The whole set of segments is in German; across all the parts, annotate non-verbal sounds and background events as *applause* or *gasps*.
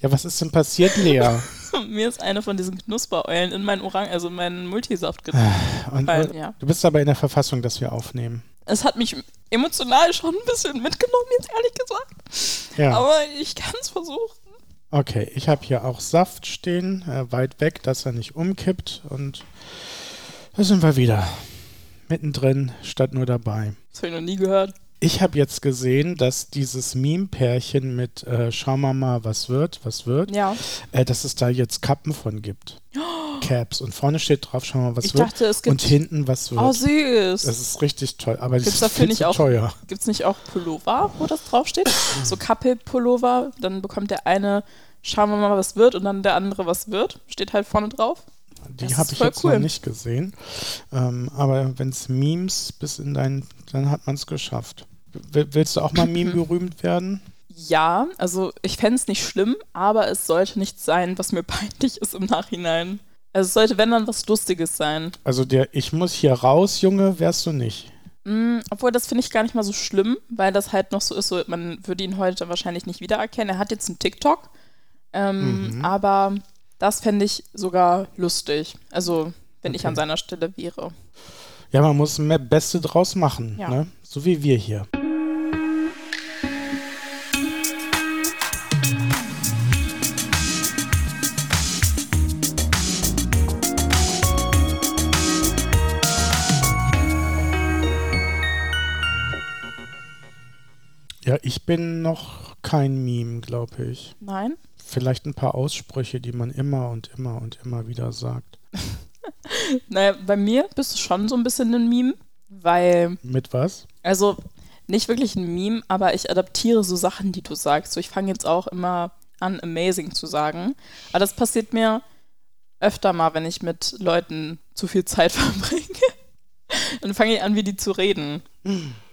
Ja, was ist denn passiert, Lea? *laughs* Mir ist eine von diesen Knuspereulen in meinen Orang, also in meinen Multisaft Ah. Und, gefallen. und Ja. Du bist aber in der Verfassung, dass wir aufnehmen. Es hat mich emotional schon ein bisschen mitgenommen, jetzt ehrlich gesagt. Ja. Aber ich kann es versuchen. Okay, ich habe hier auch Saft stehen, äh, weit weg, dass er nicht umkippt. Und da sind wir wieder. Mittendrin, statt nur dabei. Das habe ich noch nie gehört. Ich habe jetzt gesehen, dass dieses Meme-Pärchen mit äh, Schau mal mal, was wird, was wird, Ja. äh, dass es da jetzt Kappen von *gasps* gibt. Caps. Und vorne steht drauf, schau mal, was Ich wird. dachte, es gibt- und hinten, was wird. Oh, süß. das ist richtig toll. Aber das Gibt's ist dafür viel nicht zu auch- teuer. Gibt es nicht auch Pullover, wo das *clears throat* draufsteht? So Couple-Pullover, dann bekommt der eine, schauen wir mal, was wird, und dann der andere, was wird, steht halt vorne drauf. Die Das habe ist ich voll jetzt cool. noch nicht gesehen. Ähm, aber wenn es Memes bis in dein, dann hat man es geschafft. Will- willst du *clears throat* auch mal Meme berühmt werden? Ja, also ich fände es nicht schlimm, aber es sollte nicht sein, was mir *laughs* peinlich ist im Nachhinein. Also es sollte, wenn dann, was Lustiges sein. Also der Ich muss hier raus, Junge, wärst du nicht. Mm, Obwohl, das finde ich gar nicht mal so schlimm, weil das halt noch so ist, so, man würde ihn heute wahrscheinlich nicht wiedererkennen. Er hat jetzt einen TikTok, ähm, aber das fände ich sogar lustig. Also, wenn ich Okay. an seiner Stelle wäre. Ja, man muss das Beste draus machen. Ja. Ne? So wie wir hier. Ja, ich bin noch kein Meme, glaube ich. Nein? Vielleicht ein paar Aussprüche, die man immer und immer und immer wieder sagt. Naja, bei mir bist du schon so ein bisschen ein Meme, weil, Mit was? also nicht wirklich ein Meme, aber ich adaptiere so Sachen, die du sagst. So, ich fange jetzt auch immer an, amazing zu sagen. Aber das passiert mir öfter mal, wenn ich mit Leuten zu viel Zeit *laughs* verbringe. Dann fange ich an, wie die zu reden.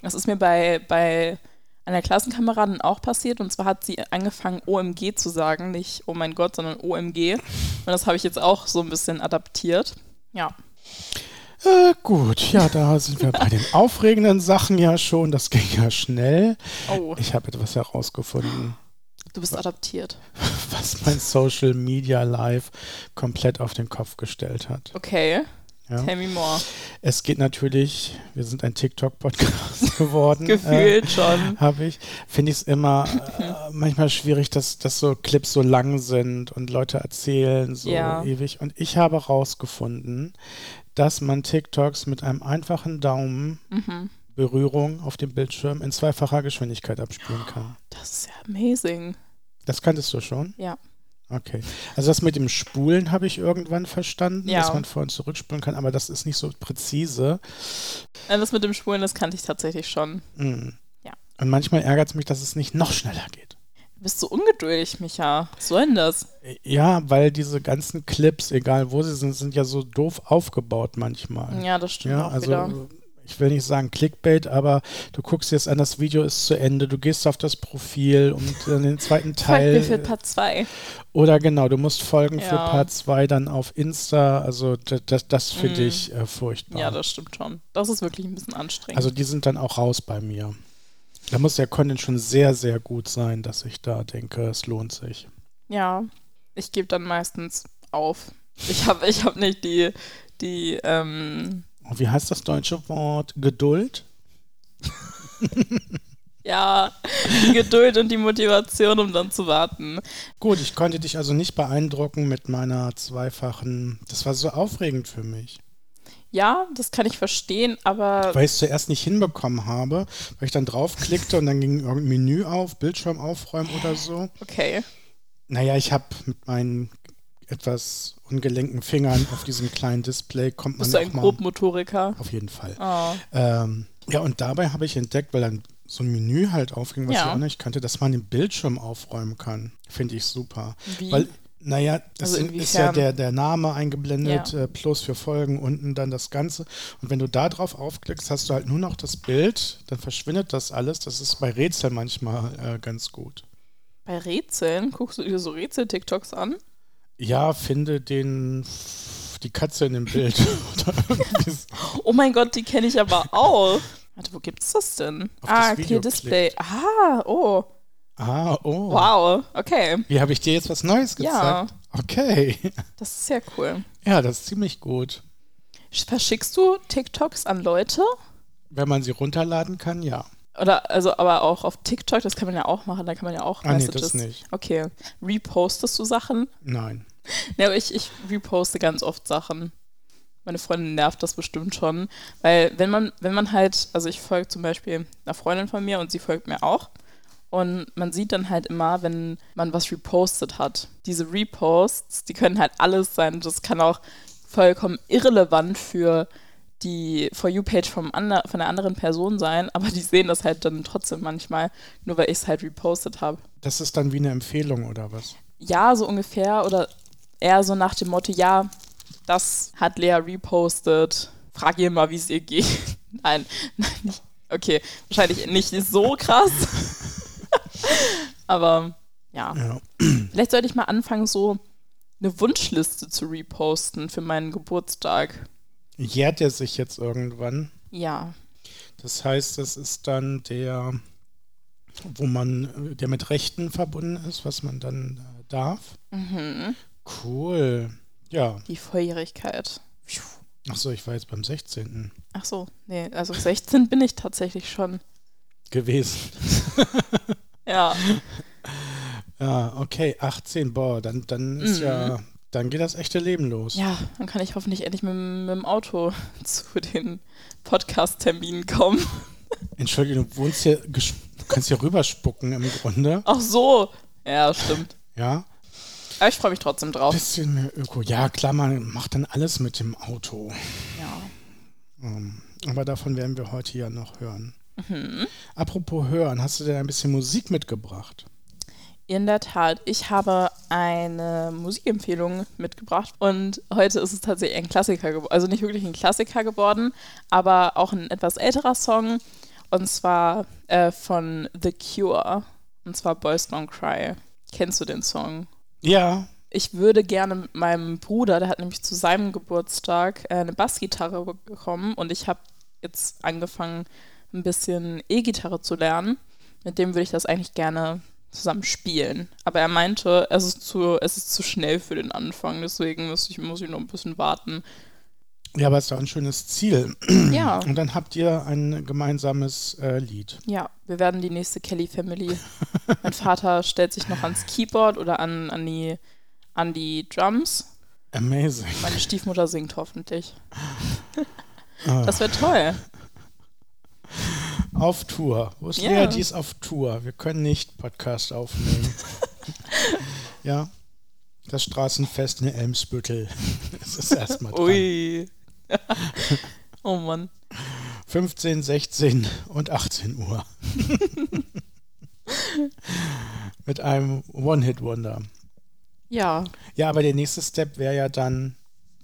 Das ist mir bei, bei einer Klassenkameradin auch passiert. Und zwar hat sie angefangen, OMG zu sagen. Nicht Oh mein Gott, sondern OMG. Und das habe ich jetzt auch so ein bisschen adaptiert. Ja. Äh, gut, ja, da sind wir bei den aufregenden Sachen ja schon. Das ging ja schnell. Oh, Ich habe etwas herausgefunden, du bist adaptiert. was mein Social Media Live komplett auf den Kopf gestellt hat. Okay. Ja. Tell me more. Es geht natürlich, wir sind ein TikTok-Podcast *laughs* geworden. *laughs* äh, Gefühlt schon. habe ich, finde ich es immer äh, manchmal schwierig, dass, dass so Clips so lang sind und Leute erzählen so Ja. ewig. Und ich habe herausgefunden, dass man TikToks mit einem einfachen Daumen Mhm. Berührung auf dem Bildschirm in zweifacher Geschwindigkeit abspielen kann. Das ist ja amazing. Das kanntest du schon? Ja. Okay. Also das mit dem Spulen habe ich irgendwann verstanden, Ja. dass man vor und zurückspulen kann, aber das ist nicht so präzise. Äh, Das mit dem Schwulen, das kannte ich tatsächlich schon. Mm. Ja. Und manchmal ärgert es mich, dass es nicht noch schneller geht. Du bist so ungeduldig, Micha. Was soll denn das? Ja, weil diese ganzen Clips, egal wo sie sind, sind ja so doof aufgebaut manchmal. Ja, das stimmt Ja, auch also wieder. ich will nicht sagen Clickbait, aber du guckst jetzt an, das Video ist zu Ende, du gehst auf das Profil und dann den zweiten Teil, mir viel Teil. Part 2. Oder genau, du musst Folgen für Ja. Part 2 dann auf Insta. Also das, das, das finde Mhm. ich äh, furchtbar. Ja, das stimmt schon. Das ist wirklich ein bisschen anstrengend. also die sind dann auch raus bei mir. Da muss der Content schon sehr, sehr gut sein, dass ich da denke, es lohnt sich. ja, ich gebe dann meistens auf. Ich habe ich hab nicht die, die ähm, Und wie heißt das deutsche Wort? Geduld? ja, *laughs* die Geduld und die Motivation, um dann zu warten. Gut, ich konnte dich also nicht beeindrucken mit meiner zweifachen. Das war so aufregend für mich, Ja, das kann ich verstehen, aber weil ich es zuerst nicht hinbekommen habe, weil ich dann draufklickte und dann ging irgendein Menü auf, Bildschirm aufräumen oder so. okay. Naja, ich habe mit meinen etwas ungelenken Fingern auf diesem kleinen Display kommt man Bist du ein auch mal. Grobmotoriker? Auf jeden Fall. Oh. Ähm, ja, und dabei habe ich entdeckt, weil dann so ein Menü halt aufging, was Ja. ich auch nicht kannte, dass man den Bildschirm aufräumen kann. Finde ich super. Wie? Weil, naja, das Also ist ja inwiefern? der, der Name eingeblendet, Ja. äh, plus für Folgen unten dann das Ganze. Und wenn du da drauf aufklickst, hast du halt nur noch das Bild, dann verschwindet das alles. Das ist bei Rätseln manchmal äh, ganz gut. Bei Rätseln? Guckst du dir so Rätsel-TikToks an? Ja, finde den die Katze in dem Bild. *laughs* Oder irgendwie so. Oh mein Gott, die kenne ich aber auch. Warte, wo gibt's das denn? Auf das ah, Video Clear Display. Ah, oh. Ah, oh. Wow, okay. Wie habe ich dir jetzt was Neues Ja. gezeigt? Okay. *laughs* Das ist sehr cool. Ja, das ist ziemlich gut. Verschickst du TikToks an Leute? Wenn man sie runterladen kann, ja. Oder also aber auch auf TikTok, das kann man ja auch machen, da kann man ja auch Ah, nee, Messages. das nicht. Okay. Repostest du Sachen? Nein. Ne, aber ich, ich reposte ganz oft Sachen. Meine Freundin nervt das bestimmt schon. Weil wenn man, wenn man halt, also ich folge zum Beispiel einer Freundin von mir und sie folgt mir auch. Und man sieht dann halt immer, wenn man was repostet hat. Diese Reposts, die können halt alles sein. Das kann auch vollkommen irrelevant für die For You-Page vom ander- von der anderen Person sein, aber die sehen das halt dann trotzdem manchmal, nur weil ich es halt repostet habe. Das ist dann wie eine Empfehlung oder was? Ja, so ungefähr. Oder eher so nach dem Motto, ja, das hat Lea repostet. Frag ihr mal, wie es ihr geht. *laughs* Nein, nein, nicht. Okay, wahrscheinlich nicht so krass. *laughs* Aber ja. Ja. Vielleicht sollte ich mal anfangen, so eine Wunschliste zu reposten für meinen Geburtstag. Jährt er sich jetzt irgendwann? Ja. Das heißt, das ist dann der, wo man, äh, der mit Rechten verbunden ist, was man dann äh, darf. Mhm. Cool. Ja. Die Volljährigkeit. Achso, ich war jetzt beim 16. Ach so, nee, also 16 bin ich tatsächlich schon. gewesen. Ja. Ja, okay, 18, boah, dann, dann ist Mhm. ja, dann geht das echte Leben los. Ja, dann kann ich hoffentlich endlich mit, dem- mit dem Auto *laughs* zu den Podcast-Terminen kommen. Entschuldigung, du wohnst hier, gesch- du kannst hier rüberspucken im Grunde, Ach so. Ja, stimmt. ja. Aber ich freue mich trotzdem drauf. Bisschen mehr Öko, ja klar, man macht dann alles mit dem Auto. Ja. Ähm, aber davon werden wir heute ja noch hören. Mhm. Apropos hören, hast du denn ein bisschen Musik mitgebracht? In der Tat, ich habe eine Musikempfehlung mitgebracht und heute ist es tatsächlich ein Klassiker geworden. Also nicht wirklich ein Klassiker geworden, aber auch ein etwas älterer Song und zwar äh, von The Cure und zwar Boys Don't Cry. Kennst du den Song? Ja, ich würde gerne mit meinem Bruder, der hat nämlich zu seinem Geburtstag äh, eine Bassgitarre bekommen und ich habe jetzt angefangen, ein bisschen E-Gitarre zu lernen. Mit dem würde ich das eigentlich gerne zusammen spielen. Aber er meinte, es ist zu, es ist zu schnell für den Anfang, deswegen muss ich, muss ich noch ein bisschen warten. ja, aber ist doch ein schönes Ziel. Ja, Und dann habt ihr ein gemeinsames äh, Lied. ja, wir werden die nächste Kelly Family. mein Vater stellt sich noch ans Keyboard oder an, an, die, an die Drums. Amazing. Meine Stiefmutter singt hoffentlich. Ah. Das wäre toll. Auf Tour. Wo ist Ja. Lea? Die ist auf Tour. Wir können nicht *laughs* Podcast aufnehmen. ja. Das Straßenfest in Elmsbüttel. *laughs* Es ist erstmal dran. Ui. oh Mann. 15, 16 und *laughs* 18 Uhr. Mit einem One-Hit-Wonder. Ja. Ja, aber der nächste Step wäre ja dann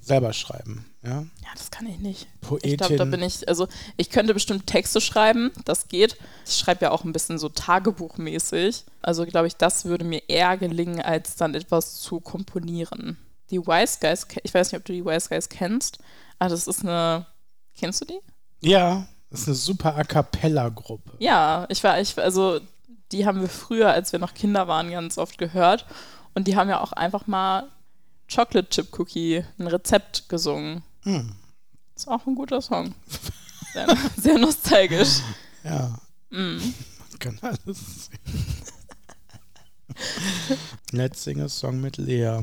selber schreiben. Ja? Ja, das kann ich nicht. Poetin. Ich glaube, da bin ich, also ich könnte bestimmt Texte schreiben, das geht. Ich schreibe ja auch ein bisschen so tagebuchmäßig. Also glaube ich, das würde mir eher gelingen, als dann etwas zu komponieren. Die Wise Guys, ke- ich weiß nicht, ob du die Wise Guys kennst, aber das ist eine, kennst du die? ja, das ist eine super A Cappella-Gruppe. Ja, ich war, ich, also die haben wir früher, als wir noch Kinder waren, ganz oft gehört. Und die haben ja auch einfach mal Chocolate Chip Cookie, ein Rezept gesungen. Hm, Ist auch ein guter Song. Sehr, *laughs* sehr nostalgisch. ja. Mm. Man kann alles sehen. Let's sing a song mit Lea.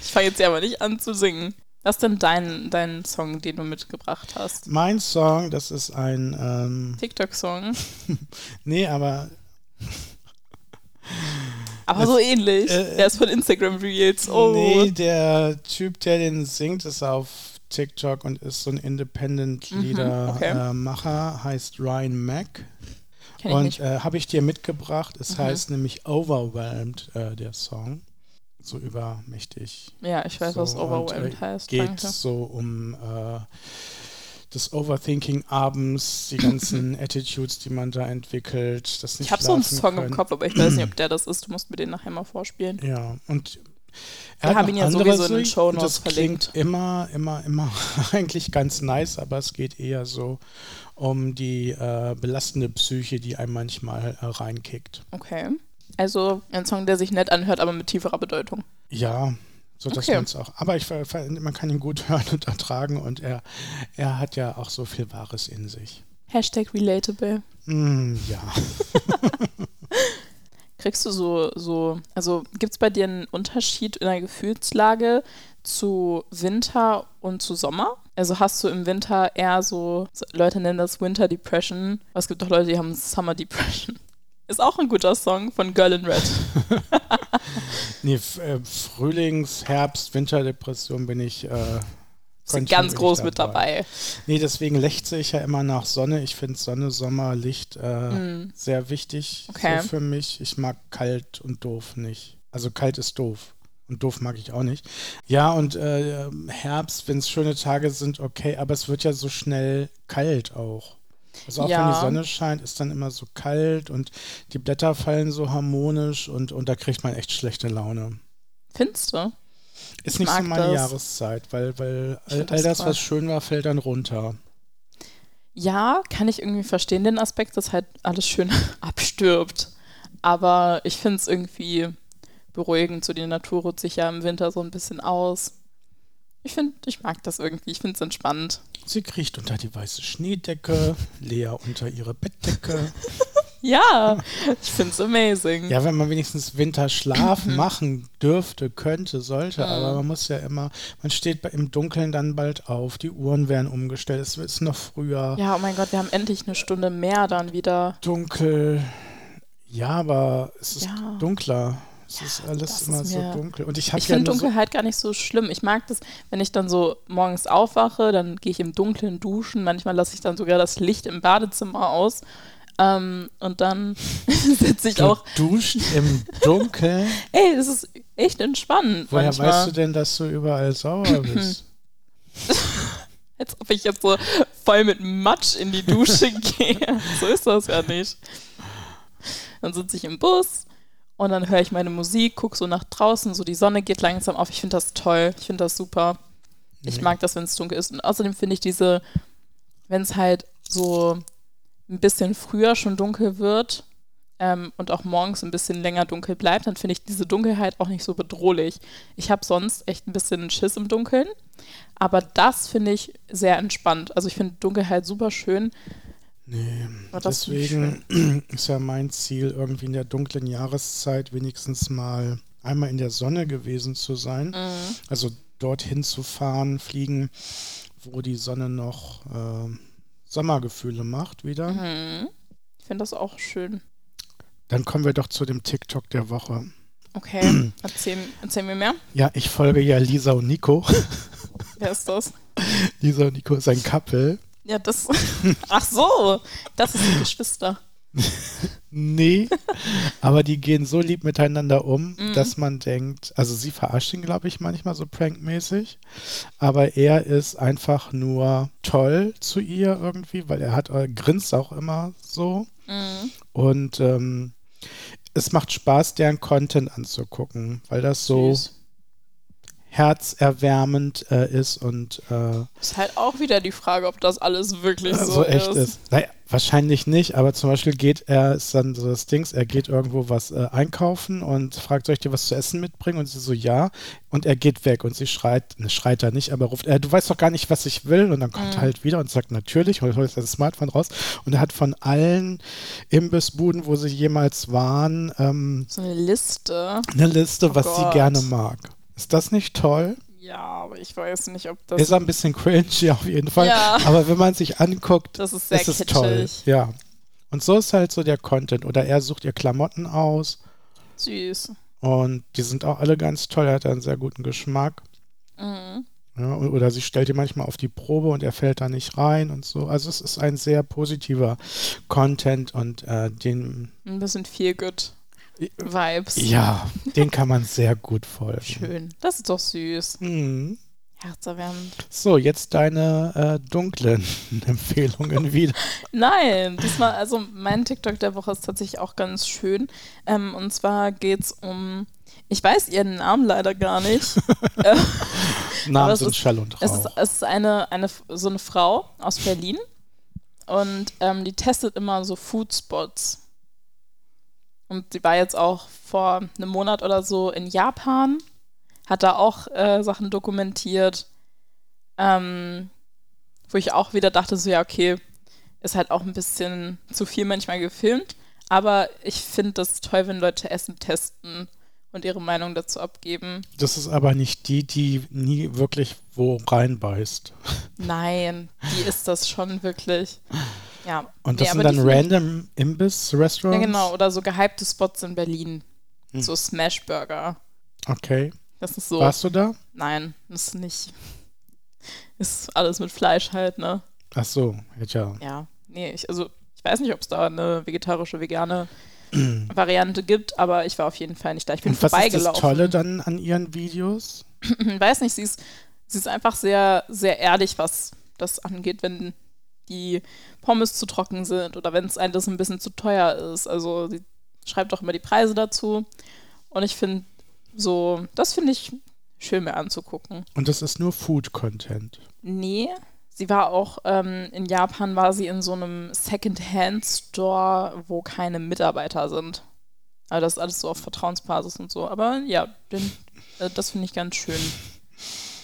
Ich fange jetzt ja aber nicht an zu singen. Was ist denn dein, dein Song, den du mitgebracht hast? Mein Song, das ist ein, ähm, TikTok-Song. nee, aber Aber Das- so ähnlich. äh, Der ist von Instagram Reels. Oh. nee, der Typ, der den singt, ist auf TikTok und ist so ein Mhm, okay. Independent-Lieder-Macher, heißt Ryan Mack. Kenn ich Und nicht. äh, habe ich dir mitgebracht, es Mhm. heißt nämlich Overwhelmed, äh, der Song. So übermächtig. Ja, ich weiß, so, was und, Overwhelmed äh, heißt. geht Danke. so um äh, das Overthinking abends, die *laughs* ganzen Attitudes, die man da entwickelt. Das nicht Ich habe so einen schlafen Song im können. *clears throat* Kopf, aber ich weiß nicht, ob der das ist. Du musst mir den nachher mal vorspielen. Ja, und Wir hat haben noch ihn ja andere sowieso in den Sicht Shownotes und das verlinkt. Klingt immer, immer, immer *laughs* eigentlich ganz nice, aber es geht eher so um die äh, belastende Psyche, die einem manchmal äh, reinkickt. Okay. Also ein Song, der sich nett anhört, aber mit tieferer Bedeutung. Ja, so dass Okay. man es auch. Aber ich, ver- ver- man kann ihn gut *laughs* hören und ertragen und er, er hat ja auch so viel Wahres in sich. Hashtag relatable. Mm, ja. Kriegst du so, so, also gibt es bei dir einen Unterschied in der Gefühlslage zu Winter und zu Sommer? Also hast du im Winter eher so, so- Leute nennen das Winter Depression, aber es gibt auch Leute, die haben Summer Depression. Ist auch ein guter Song von Girl in Red. Nee, f- äh, Frühlings-, Herbst-, Winterdepression bin ich. Äh, Sind Kontinuierlich ganz groß mit dabei. Nee, deswegen lechze ich ja immer nach Sonne. Ich finde Sonne, Sommer, Licht äh, sehr wichtig Hm. Okay. so für mich. Ich mag kalt und doof nicht. Also kalt ist doof. Und doof mag ich auch nicht. Ja, und äh, Herbst, wenn es schöne Tage sind, okay, aber es wird ja so schnell kalt auch. Also auch Ja. wenn die Sonne scheint, ist dann immer so kalt und die Blätter fallen so harmonisch und, und da kriegt man echt schlechte Laune. Findest du? Ist nicht so mag meine das. Jahreszeit, weil, weil Ich all, find all das das, toll. was schön war, fällt dann runter. Ja, kann ich irgendwie verstehen, den Aspekt, dass halt alles schön *laughs* abstirbt. Aber ich finde es irgendwie beruhigend. So die Natur ruht sich ja im Winter so ein bisschen aus. Ich finde, ich mag das irgendwie. Ich finde es entspannt. Sie kriecht unter die *laughs* weiße Schneedecke, Lea unter ihre Bettdecke. Ja, *laughs* ich finde es amazing. Ja, wenn man *laughs* wenigstens Winterschlaf machen dürfte, könnte, sollte, aber man muss ja immer, man steht bei- im Dunkeln dann bald auf, die Uhren werden umgestellt, es ist noch früher, Ja, oh mein Gott, wir haben endlich eine Stunde mehr dann wieder. dunkel. Ja, aber es ist Ja. dunkler. Es ist alles das ist immer mir- so dunkel. Und ich habe Ich ja finde nur so, Dunkelheit gar nicht so schlimm. Ich mag das, wenn ich dann so morgens aufwache, dann gehe ich im Dunkeln duschen. Manchmal lasse ich dann sogar das Licht im Badezimmer aus. Ähm, und dann *laughs* sitze ich du auch. duschst *laughs* im Dunkeln. Ey, das ist echt entspannend. Woher manchmal. weißt du denn, dass du überall *clears throat* sauer bist? Als ob ich jetzt so voll mit Matsch in die Dusche *laughs* gehe. So ist das ja nicht. Dann sitze ich im Bus und dann höre ich meine Musik, gucke so nach draußen, so die Sonne geht langsam auf. Ich finde das toll, ich finde das super. Ich mag das, wenn es dunkel ist. Und außerdem finde ich diese, wenn es halt so ein bisschen früher schon dunkel wird ähm, und auch morgens ein bisschen länger dunkel bleibt, dann finde ich diese Dunkelheit auch nicht so bedrohlich. Ich habe sonst echt ein bisschen Schiss im Dunkeln. Aber das finde ich sehr entspannt. Also ich finde Dunkelheit super schön. Nee, Aber das finde ich deswegen *clears throat* ist ja mein Ziel, irgendwie in der dunklen Jahreszeit wenigstens mal einmal in der Sonne gewesen zu sein. Mhm. Also dorthin zu fahren, fliegen, wo die Sonne noch ähm, Sommergefühle macht wieder. Mhm. Ich finde das auch schön. Dann kommen wir doch zu dem TikTok der Woche. *clears throat* Okay, erzähl, erzähl mir mehr. Ja, ich folge ja Lisa und Nico. *laughs* Wer ist das? Lisa und Nico ist ein Couple. Ja, das. *laughs* Ach so, das ist die Geschwister. Nee, aber die gehen so lieb miteinander um, dass man denkt, also sie verarscht ihn, glaube ich, manchmal so prankmäßig, aber er ist einfach nur toll zu ihr irgendwie, weil er hat, er grinst auch immer so und ähm, es macht Spaß, deren Content anzugucken, weil das so Süß. herzerwärmend äh, ist und äh, Ist halt auch wieder die Frage, ob das alles wirklich so, so Also echt ist. Naja, wahrscheinlich nicht, aber zum Beispiel geht er, ist dann so das Dings, er geht irgendwo was äh, einkaufen und fragt, soll ich dir was zu essen mitbringen? Und sie so, ja. Und er geht weg und sie schreit, ne, schreit er nicht, aber ruft, äh, du weißt doch gar nicht, was ich will. Und dann Mhm. kommt er halt wieder und sagt, natürlich, und holt sein Smartphone raus. Und er hat von allen Imbissbuden, wo sie jemals waren, ähm, So eine Liste. eine Liste, was Oh Gott. sie gerne mag. Ist das nicht toll? Ja, aber ich weiß nicht, ob das. Ist ein bisschen cringy auf jeden Fall. Ja. Aber wenn man sich anguckt, Das ist sehr es ist kitschig. toll. Ja. Und so ist halt so der Content. Oder er sucht ihr Klamotten aus Süß. und die sind auch alle ganz toll. Er hat einen sehr guten Geschmack. Mhm. Ja, o- oder sie stellt ihn manchmal auf die Probe und er fällt da nicht rein und so. Also es ist ein sehr positiver Content und äh, den, Ein bisschen viel good Vibes. ja, den kann man sehr gut folgen. Schön. Das ist doch süß. Mhm. Herzerwärmend. So, jetzt deine äh, dunklen *laughs* Empfehlungen wieder. Nein, diesmal, also mein TikTok der Woche ist tatsächlich auch ganz schön. Ähm, und zwar geht es um Ich weiß ihren Namen leider gar nicht. Aber Namen es sind ist- Schall und Es ist, Rauch. es ist eine, eine, so eine Frau aus Berlin und ähm, die testet immer so Foodspots. Und sie war jetzt auch vor einem Monat oder so in Japan, hat da auch äh, Sachen dokumentiert, ähm, wo ich auch wieder dachte, so ja, okay, ist halt auch ein bisschen zu viel manchmal gefilmt, aber ich finde das toll, wenn Leute Essen testen und ihre Meinung dazu abgeben. Das ist aber nicht die, die nie wirklich wo reinbeißt. Nein, die ist das schon wirklich. Ja. Und das Nee, sind aber dann die find ich- random Imbiss-Restaurants? Ja, genau. Oder so gehypte Spots in Berlin. Hm. So Smashburger. Okay. Das ist so. Warst du da? Nein, das ist nicht. Ist alles mit Fleisch halt, ne? Ach so, ja, tja. Ja. Nee, ich, also ich weiß nicht, ob es da eine vegetarische, *clears throat* vegane Variante gibt, aber ich war auf jeden Fall nicht da. Ich bin Und was ist das vorbeigelaufen. Tolle dann an ihren Videos? weiß nicht, sie ist, sie ist einfach sehr, sehr ehrlich, was das angeht, wenn die Pommes zu trocken sind oder wenn es einem das ein bisschen zu teuer ist. Also sie schreibt auch immer die Preise dazu. Und ich finde so, das finde ich schön mir anzugucken. Und das ist nur Food-Content. Nee, sie war auch, ähm, in Japan war sie in so einem Second-Hand-Store, wo keine Mitarbeiter sind. Also das ist alles so auf Vertrauensbasis und so. Aber ja, den, äh, das finde ich ganz schön.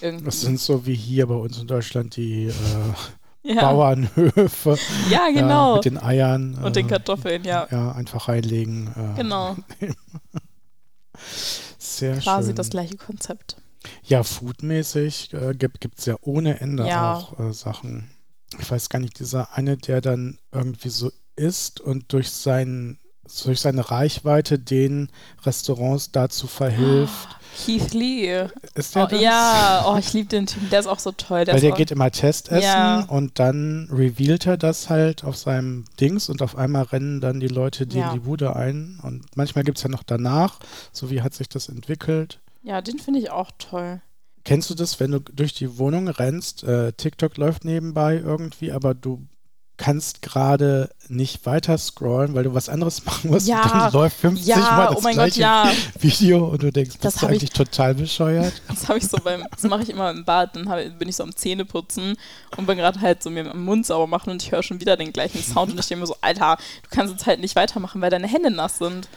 Irgendwie. Das sind so wie hier bei uns in Deutschland die äh, *laughs* ja. Bauernhöfe. Ja, Ja, genau. mit den Eiern. äh, und den Kartoffeln, ja. Ja, einfach reinlegen. Äh, Genau, Sehr quasi schön. das gleiche Konzept. Ja, foodmäßig äh, gibt es ja ohne Ende Ja. auch äh, Sachen. Ich weiß gar nicht, dieser eine, der dann irgendwie so isst und durch, sein, durch seine Reichweite den Restaurants dazu verhilft. Keith Lee. Ist der Oh, das? ja, oh, ich liebe den Typen. Der ist auch so toll. Der Weil ist der auch, geht immer Testessen Ja. und dann revealt er das halt auf seinem Dings und auf einmal rennen dann die Leute denen Ja. die Bude ein. Und manchmal gibt es ja noch danach, so wie hat sich das entwickelt. ja, den finde ich auch toll. Kennst du das, wenn du durch die Wohnung rennst, äh, TikTok läuft nebenbei irgendwie, aber du kannst gerade nicht weiter scrollen, weil du was anderes *laughs* machen musst Ja. und dann läuft 50 Mal Ja, das oh mein Gott, gleiche *laughs* ja. Video und du denkst, Das bist du hab ich- eigentlich total bescheuert? Das habe ich so beim, das mache ich immer im Bad. Dann hab, bin ich so am Zähneputzen und bin gerade halt so mir am Mund sauber machen und ich höre schon wieder den gleichen Sound und ich denke mir so, Alter, du kannst jetzt halt nicht weitermachen, weil deine Hände nass sind.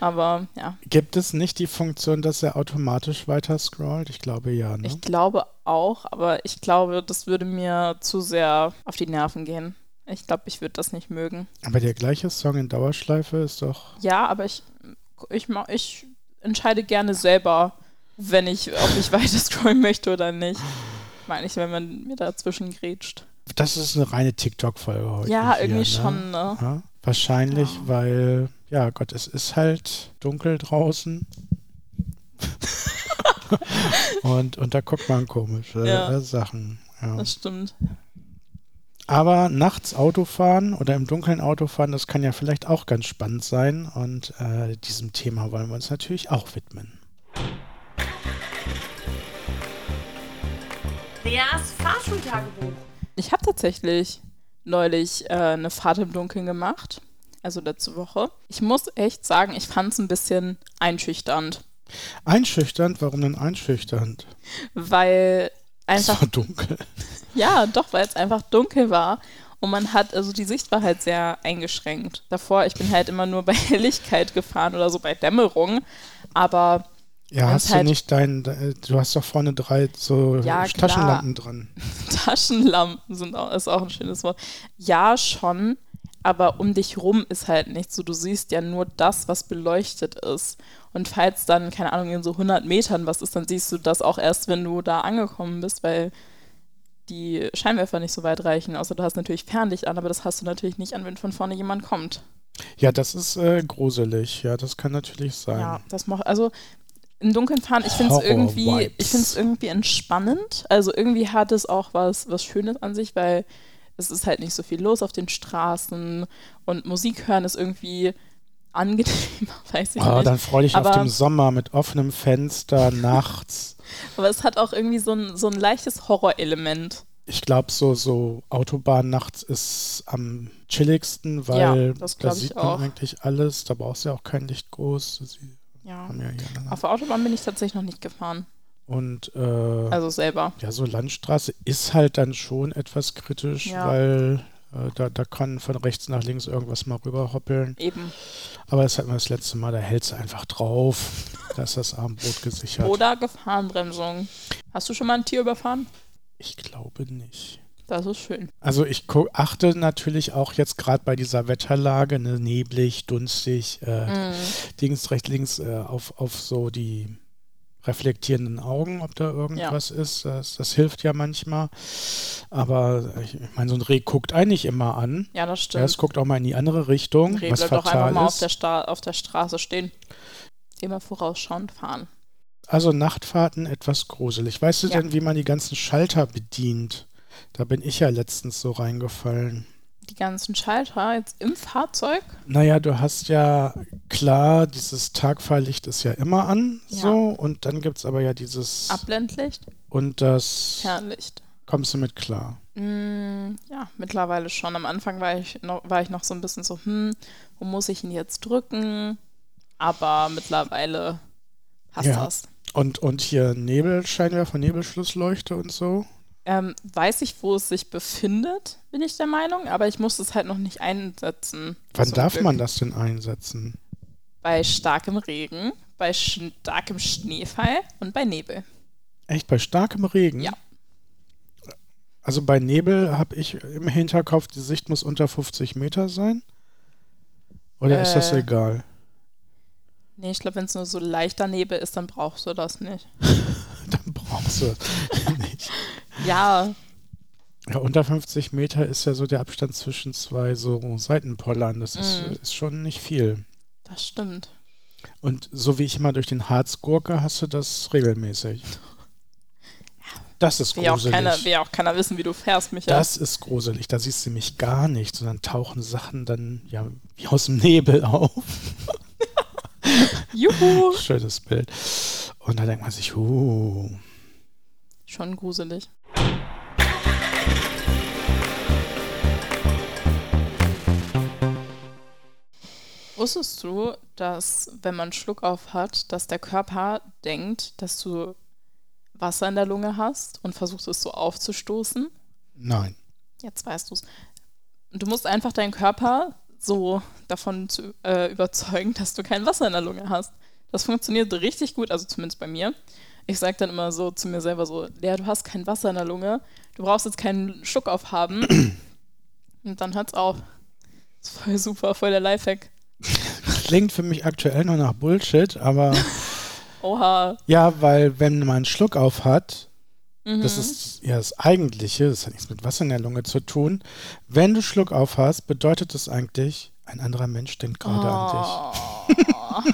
Aber ja, Gibt es nicht die Funktion, dass er automatisch weiter scrollt? Ich glaube ja, ne? ich glaube auch, aber ich glaube, das würde mir zu sehr auf die Nerven gehen. Ich glaube, ich würde das nicht mögen. Aber der gleiche Song in Dauerschleife ist doch. Ja, aber ich, ich, ma- ich entscheide gerne selber, wenn ich, ob ich *laughs* weiter scrollen möchte oder nicht. Ich Meine ich, wenn man mir dazwischen grätscht. Das ist eine reine TikTok-Folge heute. Ja, hier, irgendwie ne? schon, ne? Ja, wahrscheinlich, Ja. weil, ja Gott, es ist halt *laughs* dunkel draußen. und, und da guckt man komische Ja. äh, Sachen. Ja. Das stimmt. Aber nachts Autofahren oder im Dunkeln Autofahren, das kann ja vielleicht auch ganz spannend sein. Und äh, diesem Thema wollen wir uns natürlich auch widmen. Leas Fahrschultagebuch. Ich habe tatsächlich neulich äh, eine Fahrt im Dunkeln gemacht, also letzte Woche. Ich muss echt sagen, ich fand es ein bisschen einschüchternd, Einschüchternd, warum denn einschüchternd? weil Es einfach war dunkel. Ja, doch, weil es einfach dunkel war. Und man hat, also die Sicht war halt sehr eingeschränkt. Davor, ich bin halt immer nur bei *laughs* Helligkeit gefahren oder so bei Dämmerung. Aber *laughs* Ja, Wenn's hast halt- du nicht deinen, de- du hast doch vorne drei so Ja, klar. Taschenlampen dran. Taschenlampen sind auch, ist auch ein schönes Wort. Ja, schon, aber um dich rum ist halt nichts. So, du siehst ja nur das, was beleuchtet ist. Und falls dann, keine Ahnung, in so 100 Metern was ist, dann siehst du das auch erst, wenn du da angekommen bist, weil die Scheinwerfer nicht so weit reichen. Außer du hast natürlich Fernlicht an, aber das hast du natürlich nicht an, wenn von vorne jemand kommt. Ja, das ist äh, gruselig. Ja, das kann natürlich sein. Ja, das macht also im Dunkeln fahren, ich finde es Horror irgendwie, Vibes. ich find's irgendwie entspannend. Also irgendwie hat es auch was, was Schönes an sich, weil es ist halt nicht so viel los auf den Straßen und Musik hören ist irgendwie angenehmer, *laughs* weiß ich Ah, nicht. dann freue ich mich auf Aber- dem Sommer mit offenem *laughs* Fenster nachts. Aber es hat auch irgendwie so ein, so ein leichtes Horrorelement. Ich glaube, so, so Autobahn nachts ist am chilligsten, weil das da glaub ich sieht auch. man eigentlich alles. Da brauchst du ja auch kein Licht groß. Du sie- Ja. Haben ja hier einander. Auf der Autobahn bin ich tatsächlich noch nicht gefahren. Und äh, Also selber. ja, so Landstraße ist halt dann schon etwas kritisch, Ja. weil äh, da, da kann von rechts nach links irgendwas mal rüberhoppeln. Eben. Aber das hatten wir das letzte Mal, da hältst du einfach drauf. *laughs* da ist das Armbrot gesichert. Oder Gefahrenbremsung. Hast du schon mal ein Tier überfahren? Ich glaube nicht. Das ist schön. Also ich gu- achte natürlich auch jetzt gerade bei dieser Wetterlage, ne, neblig, dunstig, Mhm. äh, Mm. links, rechts, links, äh, auf, auf so die reflektierenden Augen, ob da irgendwas ist. Das, das hilft ja manchmal. Aber ich, ich meine, so ein Reh guckt eigentlich immer an. Ja, das Ja, es stimmt. guckt auch mal in die andere Richtung, Ein Reh was bleibt doch einfach fatal mal auf ist. der, Sta auf der Straße stehen. Immer vorausschauend fahren. Also Nachtfahrten etwas gruselig. Weißt du Ja. denn, wie man die ganzen Schalter bedient? Da bin ich ja letztens so reingefallen. Die ganzen Schalter jetzt im Fahrzeug. Naja, du hast ja klar, dieses Tagfahrlicht ist ja immer an, Ja. so, und dann gibt es aber ja dieses Abblendlicht, und das Fernlicht. kommst du mit klar. Mm, ja, mittlerweile schon. Am Anfang war ich, noch, war ich noch so ein bisschen so, hm, wo muss ich ihn jetzt drücken? Aber mittlerweile hast Ja. das. Und, und hier Nebelscheinwerfer, Nebelschlussleuchte und so. Ähm, weiß ich, wo es sich befindet, bin ich der Meinung, aber ich muss es halt noch nicht einsetzen. Wann Zum darf Glück. man das denn einsetzen? Bei starkem Regen, bei schn- starkem Schneefall und bei Nebel. Echt bei starkem Regen? Ja. Also bei Nebel habe ich im Hinterkopf, die Sicht muss unter 50 Meter sein. Oder ist das Äh. egal? *laughs* Nee, ich glaube, wenn es nur so leichter Nebel ist, dann brauchst du das nicht. Dann brauchst du es nicht. Ja, Ja, unter 50 Meter ist ja so der Abstand zwischen zwei so Seitenpollern. Das ist, Mm. ist schon nicht viel. das stimmt. Und so wie ich immer durch den Harz gurke, hast du das regelmäßig. Das ist Will ja auch gruselig. keiner, will ja auch keiner wissen, wie du fährst, Michael. das ist gruselig. Da siehst du mich gar nicht, sondern tauchen Sachen dann ja wie aus dem Nebel auf. *laughs* Juhu! Schönes Bild. Und da denkt man sich, uh, Schon gruselig. Wusstest du, dass wenn man Schluck auf hat, dass der Körper denkt, dass du Wasser in der Lunge hast und versucht es so aufzustoßen? nein. Jetzt weißt du es. Du musst einfach deinen Körper so davon zu, äh, überzeugen, dass du kein Wasser in der Lunge hast. Das funktioniert richtig gut, also zumindest bei mir. Ich sage dann immer so zu mir selber so, Lea, du hast kein Wasser in der Lunge, du brauchst jetzt keinen Schluck aufhaben. *clears throat* Und dann hört's auf. Ist voll super, voll der Lifehack. Klingt für mich aktuell noch nach Bullshit, aber Oha. ja, weil wenn man einen Schluck auf hat, Mhm. Das ist ja das Eigentliche, das hat nichts mit Wasser in der Lunge zu tun. Wenn du Schluck auf hast, bedeutet das eigentlich, ein anderer Mensch denkt gerade an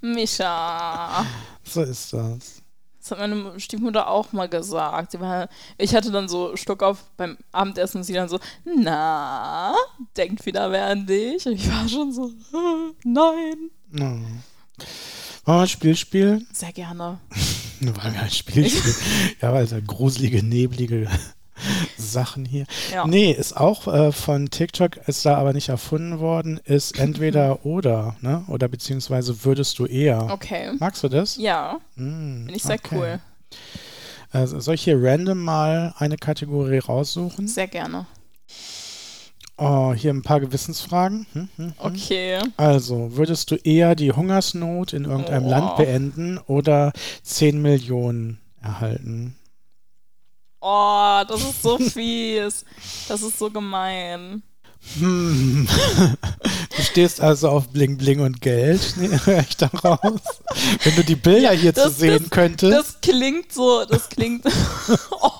Micha. dich. So ist das. Das hat meine Stiefmutter auch mal gesagt. Sie war, ich hatte dann so Schluck auf beim Abendessen und sie dann so, na, denkt wieder wer an dich? Und ich war schon so, "Hm, nein. Ja. Wollen wir ein Spiel spielen? *laughs* Sehr gerne. Ne, Wollen wir ein Spiel *laughs* spielen? ja, weil so gruselige, neblige *laughs* Sachen hier. Ja. Nee, ist auch äh, von TikTok, ist da aber nicht erfunden worden, *laughs* ist entweder oder, ne? Oder beziehungsweise würdest du eher. Okay. Magst du das? Ja, Mm, finde ich sehr okay. cool. Also soll ich hier random mal eine Kategorie raussuchen? Sehr gerne. Oh, hier ein paar Gewissensfragen. Hm, hm, hm. Okay. Also, würdest du eher die Hungersnot in irgendeinem Oh. Land beenden oder 10 Millionen erhalten? Oh, das ist so fies. Das ist so gemein. Hm. Du stehst also auf Bling Bling und Geld, *laughs* ne, höre ich daraus. Wenn du die Bilder hier zu das- sehen könntest. Das klingt so, das klingt. *laughs* oh.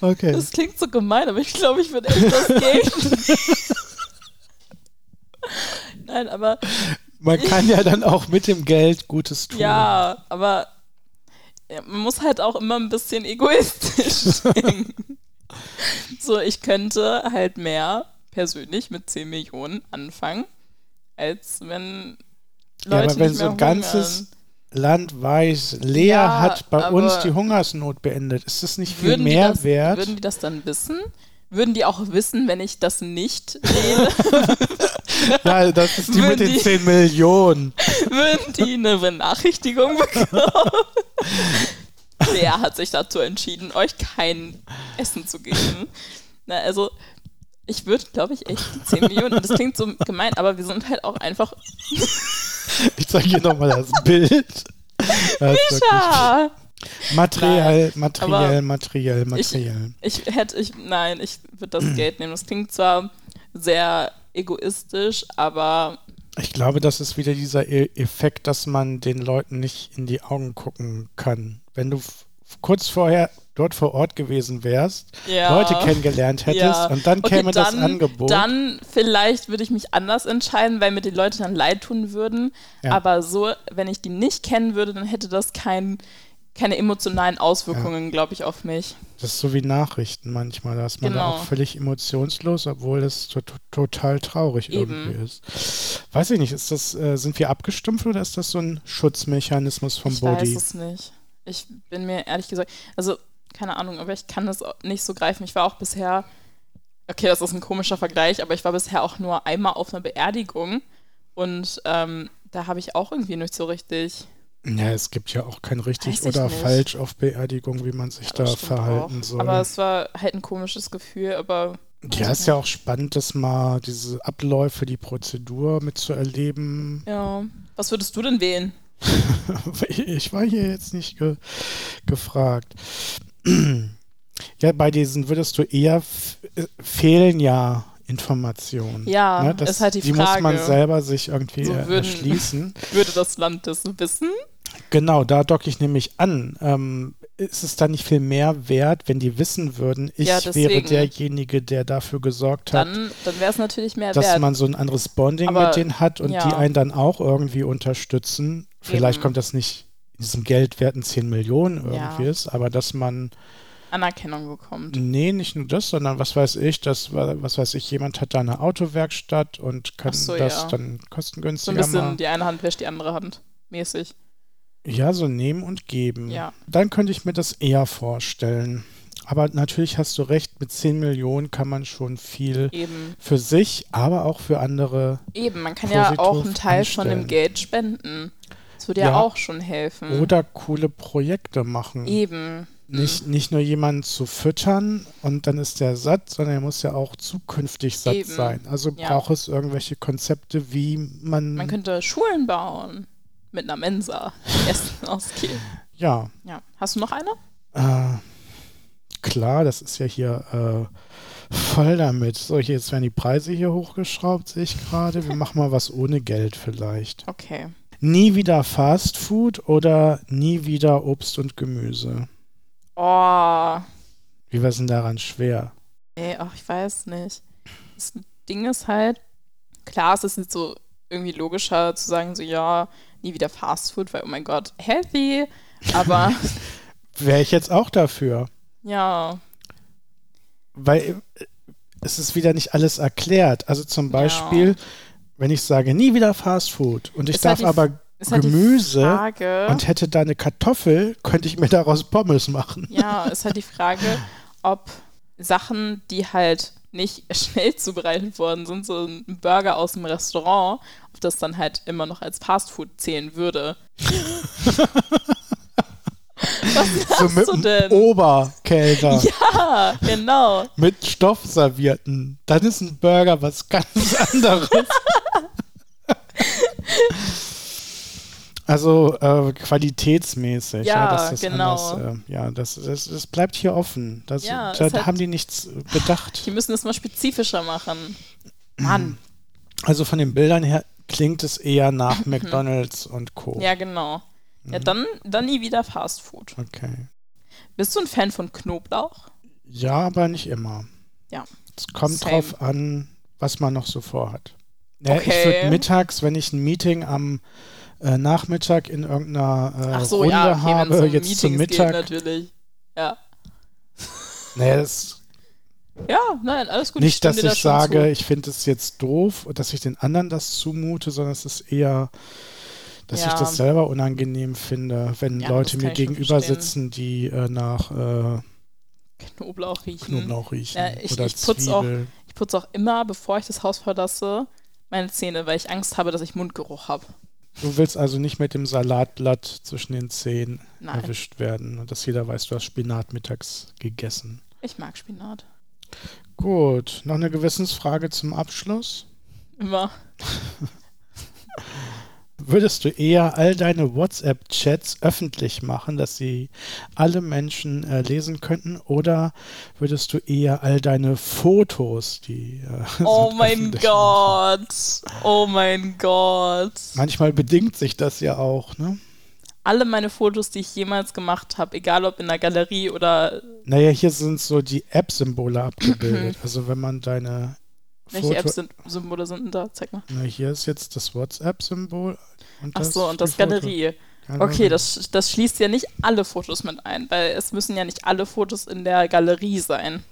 okay. Das klingt so gemein, aber ich glaube, ich würde echt das *laughs* Geld. Nein, aber Man kann ja dann auch mit dem Geld Gutes tun. ja, aber ja, man muss halt auch immer ein bisschen *laughs* egoistisch denken. So, ich könnte halt mehr persönlich mit 10 Millionen anfangen, als wenn Leute ja, aber wenn nicht so mehr ein ganzes Land weiß, Lea Ja, hat bei aber- uns die Hungersnot beendet. Ist das nicht viel Würden die, mehr das, wert? würden die das dann wissen? Würden die auch wissen, wenn ich das nicht wähle? Ja, das ist die Würden mit den die- 10 Millionen. würden die eine Benachrichtigung bekommen? Lea hat sich dazu entschieden, euch kein Essen zu geben. Na, also, ich würde, glaube ich, echt die 10 Millionen, und das klingt so gemein, aber wir sind halt auch einfach Ich zeige hier *laughs* nochmal das Bild. Das ist wirklich- Tja, materiell, materiell, aber materiell, materiell. Ich hätte, ich, nein, ich würde das Geld nehmen. Das klingt zwar sehr egoistisch, aber Ich glaube, das ist wieder dieser e Effekt, dass man den Leuten nicht in die Augen gucken kann. Wenn du f- kurz vorher dort vor Ort gewesen wärst, Ja. Leute kennengelernt hättest ja. und dann Okay, käme das dann- Angebot. Dann vielleicht würde ich mich anders entscheiden, weil mir die Leute dann leid tun würden. Ja. Aber so, wenn ich die nicht kennen würde, dann hätte das kein, keine emotionalen Auswirkungen, glaube ich, auf mich. das ist so wie Nachrichten manchmal, dass man da Genau. auch völlig emotionslos, obwohl das to to total traurig Eben. irgendwie ist. Weiß ich nicht, ist das, äh, sind wir abgestumpft oder ist das so ein Schutzmechanismus vom ich Body? weiß es nicht. Ich bin mir ehrlich gesagt, also keine Ahnung, aber ich kann das auch nicht so greifen. Ich war auch bisher, okay, das ist ein komischer Vergleich, aber ich war bisher auch nur einmal auf einer Beerdigung und ähm, da habe ich auch irgendwie nicht so richtig. Ja, es gibt ja auch kein richtig Weiß ich oder nicht. falsch auf Beerdigung, wie man sich Ja, da das stimmt verhalten auch. soll. Aber es war halt ein komisches Gefühl, aber ja, ist ja auch spannend, das mal diese Abläufe, die Prozedur mitzuerleben. ja. Was würdest du denn wählen? *laughs* Ich war hier jetzt nicht ge gefragt. *clears throat* Ja, bei diesen würdest du eher f- äh, fehlen ja Informationen. Ja, ne? ist halt die Die muss man Frage. selber sich irgendwie So äh, würden- erschließen. Würde das Land das wissen? Genau, da docke ich nämlich an. Ähm, ist es dann nicht viel mehr wert, wenn die wissen würden, ich Ja, wäre deswegen. derjenige, der dafür gesorgt hat, Dann, dann wäre es natürlich mehr dass wert. man so ein anderes Bonding Aber, mit denen hat und ja. die einen dann auch irgendwie unterstützen. Vielleicht Eben. kommt das nicht in diesem Geldwerten 10 Millionen irgendwie Ja. ist, aber dass man, Anerkennung bekommt. nee, nicht nur das, sondern was weiß ich, das, war- was weiß ich, jemand hat da eine Autowerkstatt und kann Ach so, das ja. dann So ein kostengünstiger bisschen machen. die eine Hand wäscht die andere Hand. Mäßig. Ja, so nehmen und geben. Ja. Dann könnte ich mir das eher vorstellen. Aber natürlich hast du recht, mit 10 Millionen kann man schon viel Eben. für sich, aber auch für andere Eben, man kann ja Positiv auch einen Teil von anstellen. dem Geld spenden. Das würde ja, Ja. auch schon helfen. oder coole Projekte machen. Eben. Nicht, nicht nur jemanden zu füttern und dann ist der satt, sondern er muss ja auch zukünftig satt Eben. sein. Also Ja. braucht es irgendwelche Konzepte, wie man, Man könnte Schulen bauen. Mit einer Mensa. Essen ausgeben. ja, Ja. Hast du noch eine? Äh, klar, das ist ja hier äh, voll damit. So, hier, jetzt werden die Preise hier hochgeschraubt, sehe ich gerade. Wir machen mal was ohne Geld vielleicht. Okay. Nie wieder Fast Food oder nie wieder Obst und Gemüse. Oh. Wie war es denn daran schwer? Nee, ach, ich weiß nicht. Das Ding ist halt, klar, es ist jetzt so irgendwie logischer zu sagen, so ja, nie wieder Fast Food, weil oh mein Gott, healthy. *laughs* Aber Wäre ich jetzt auch dafür. ja, Weil äh, es ist wieder nicht alles erklärt. Also zum Ja. Beispiel, wenn ich sage, nie wieder Fast Food und ich Ist halt darf die F- aber ist halt Gemüse die Frage. und hätte da eine Kartoffel, könnte ich mir daraus Pommes machen. Ja, ist halt die Frage, ob Sachen, die halt nicht *laughs* schnell zubereitet worden sind, so ein Burger aus dem Restaurant, ob das dann halt immer noch als Fastfood zählen würde. *laughs* Was So sagst mit du dem denn? Oberkellner, Ja, genau. mit Stoff servierten. Dann ist ein Burger was ganz *laughs* anderes. also äh, qualitätsmäßig. Ja, Ja, dass das genau. Anders, äh, ja, das, das, das bleibt hier offen. Das, Ja, da es hat- haben die nichts Die bedacht. müssen das mal spezifischer machen. Mann. Also von den Bildern her klingt es eher nach McDonalds und Co. Mhm. Ja, genau. Ja, dann, dann nie wieder Fastfood. Okay. Bist du ein Fan von Knoblauch? Ja, aber nicht immer. Ja. Es kommt Same. drauf an, was man noch so vorhat. Ja, Ich Okay. würde mittags, wenn ich ein Meeting am äh, Nachmittag in irgendeiner äh, Ach so, Runde ja, okay, wenn habe, es um jetzt zum Meetings geht, Mittag. natürlich. Ja. Naja, das, Ja, nein, alles gut. nicht, stimme dass dir da ich schon sage, zu. ich finde es jetzt doof, dass ich den anderen das zumute, sondern es ist eher dass Ja. ich das selber unangenehm finde, wenn Ja, Leute das mir kann ich schon gegenüber verstehen. sitzen, die äh, nach äh, Knoblauch riechen. Knoblauch riechen Hm. Ja, ich- oder ich putz auch- Zwiebel. Ich putze auch immer, bevor ich das Haus verlasse, meine Zähne, weil ich Angst habe, dass ich Mundgeruch habe. Du willst also nicht mit dem Salatblatt zwischen den Zähnen Nein, erwischt werden und dass jeder weiß, du hast Spinat mittags gegessen. ich mag Spinat. Gut, noch eine Gewissensfrage zum Abschluss. Immer. Würdest du eher all deine WhatsApp-Chats öffentlich machen, dass sie alle Menschen äh, lesen könnten, oder würdest du eher all deine Fotos, die äh, *laughs* Oh sind, mein öffentlich machen? Gott. Oh mein Gott. Manchmal bedingt sich das ja auch, ne? Alle meine Fotos, die ich jemals gemacht habe, egal ob in der Galerie oder Naja, hier sind so die *clears throat* App-Symbole abgebildet. Also wenn man deine welche Foto- Apps sind, Symbole sind denn da? Zeig mal. Na, hier ist jetzt das WhatsApp-Symbol. Ach so, und die das Foto- Galerie. Galerie. Okay, das, das schließt ja nicht alle Fotos mit ein, weil es müssen ja nicht alle Fotos in der Galerie sein.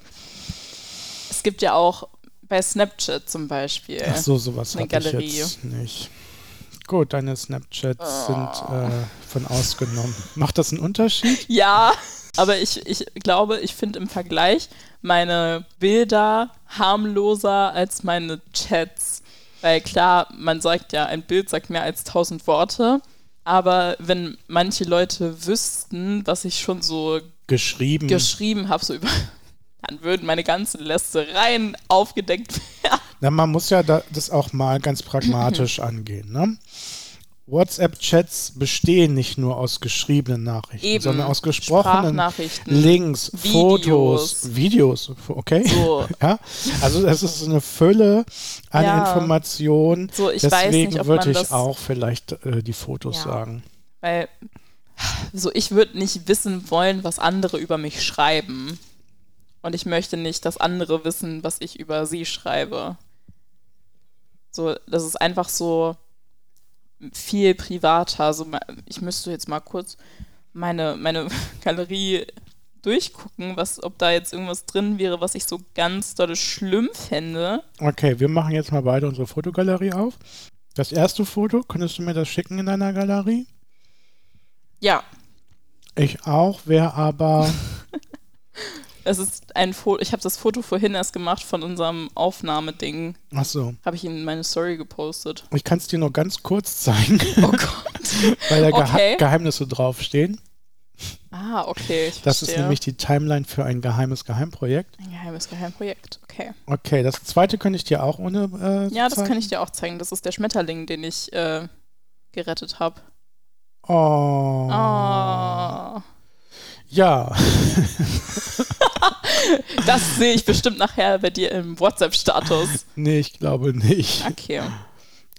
Es gibt ja auch bei Snapchat zum Beispiel. Ach so, sowas äh, Eine hatte ich Galerie. Ah. jetzt nicht. Gut, deine Snapchats sind äh, von ausgenommen. Macht das einen Unterschied? Ja, aber ich, ich glaube, ich finde im Vergleich meine Bilder harmloser als meine Chats. Weil klar, man sagt ja, ein Bild sagt mehr als tausend Worte. Aber wenn manche Leute wüssten, was ich schon so Geschrieben. geschrieben habe, so über, *laughs* dann würden meine ganzen Lästereien aufgedeckt werden. Na, man muss ja da, das auch mal *clears throat* ganz pragmatisch angehen. Ne? WhatsApp-Chats bestehen nicht nur aus geschriebenen Nachrichten, Eben. sondern aus gesprochenen Sprachnachrichten. Links, Fotos, Videos. Okay. So. Ja? Also es ist eine Fülle an Ja. Informationen. So, ich weiß Deswegen nicht, ob würde man ich das- auch vielleicht äh, die Fotos Ja. sagen. Weil so ich würde nicht wissen wollen, was andere über mich schreiben. Und ich möchte nicht, dass andere wissen, was ich über sie schreibe. So, das ist einfach so viel privater. So, ma- ich müsste jetzt mal kurz meine, meine *laughs* Galerie durchgucken, was, ob da jetzt irgendwas drin wäre, was ich so ganz doll schlimm fände. Okay, wir machen jetzt mal beide unsere Fotogalerie auf. Das erste Foto, könntest du mir das schicken in deiner Galerie? Ja, Ich auch, wäre aber. es ist ein Foto. Ich habe das Foto vorhin erst gemacht von unserem Aufnahmeding. Ach so, Habe ich in meine Story gepostet. ich kann es dir nur ganz kurz zeigen, *laughs* Oh Gott. weil da Geha Okay. Geheimnisse draufstehen. *laughs* ah, okay. Ich Das ist verstehe. nämlich die Timeline für ein geheimes Geheimprojekt. ein geheimes Geheimprojekt. Okay. Okay, das zweite könnte ich dir auch ohne. Äh, Ja, das zeigen. kann ich dir auch zeigen. Das ist der Schmetterling, den ich äh, gerettet habe. Oh. Oh. Ja, Das sehe ich bestimmt nachher bei dir im WhatsApp-Status. nee, ich glaube nicht. Okay.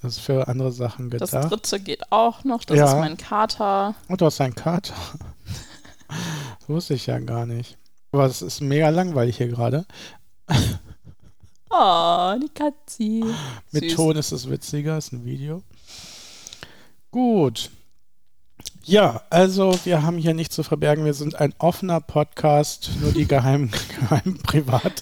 Das ist für andere Sachen Das gedacht. dritte geht auch noch. Das Ja. ist mein Kater. Und du hast einen Kater. *laughs* Das wusste ich ja gar nicht. Aber es ist mega langweilig hier gerade. Oh, die Katzi. Mit Süß. Ton ist es witziger, ist ein Video. Gut. Ja, also wir haben hier nichts zu verbergen. Wir sind ein offener Podcast, nur die geheimen, *laughs* geheimen privat.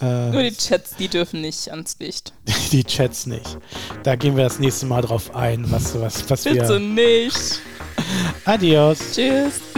Nur Äh, die Chats, die dürfen nicht ans Licht. die Chats nicht. Da gehen wir das nächste Mal drauf ein, was, was, was Bitte wir. nicht. Adios. Tschüss.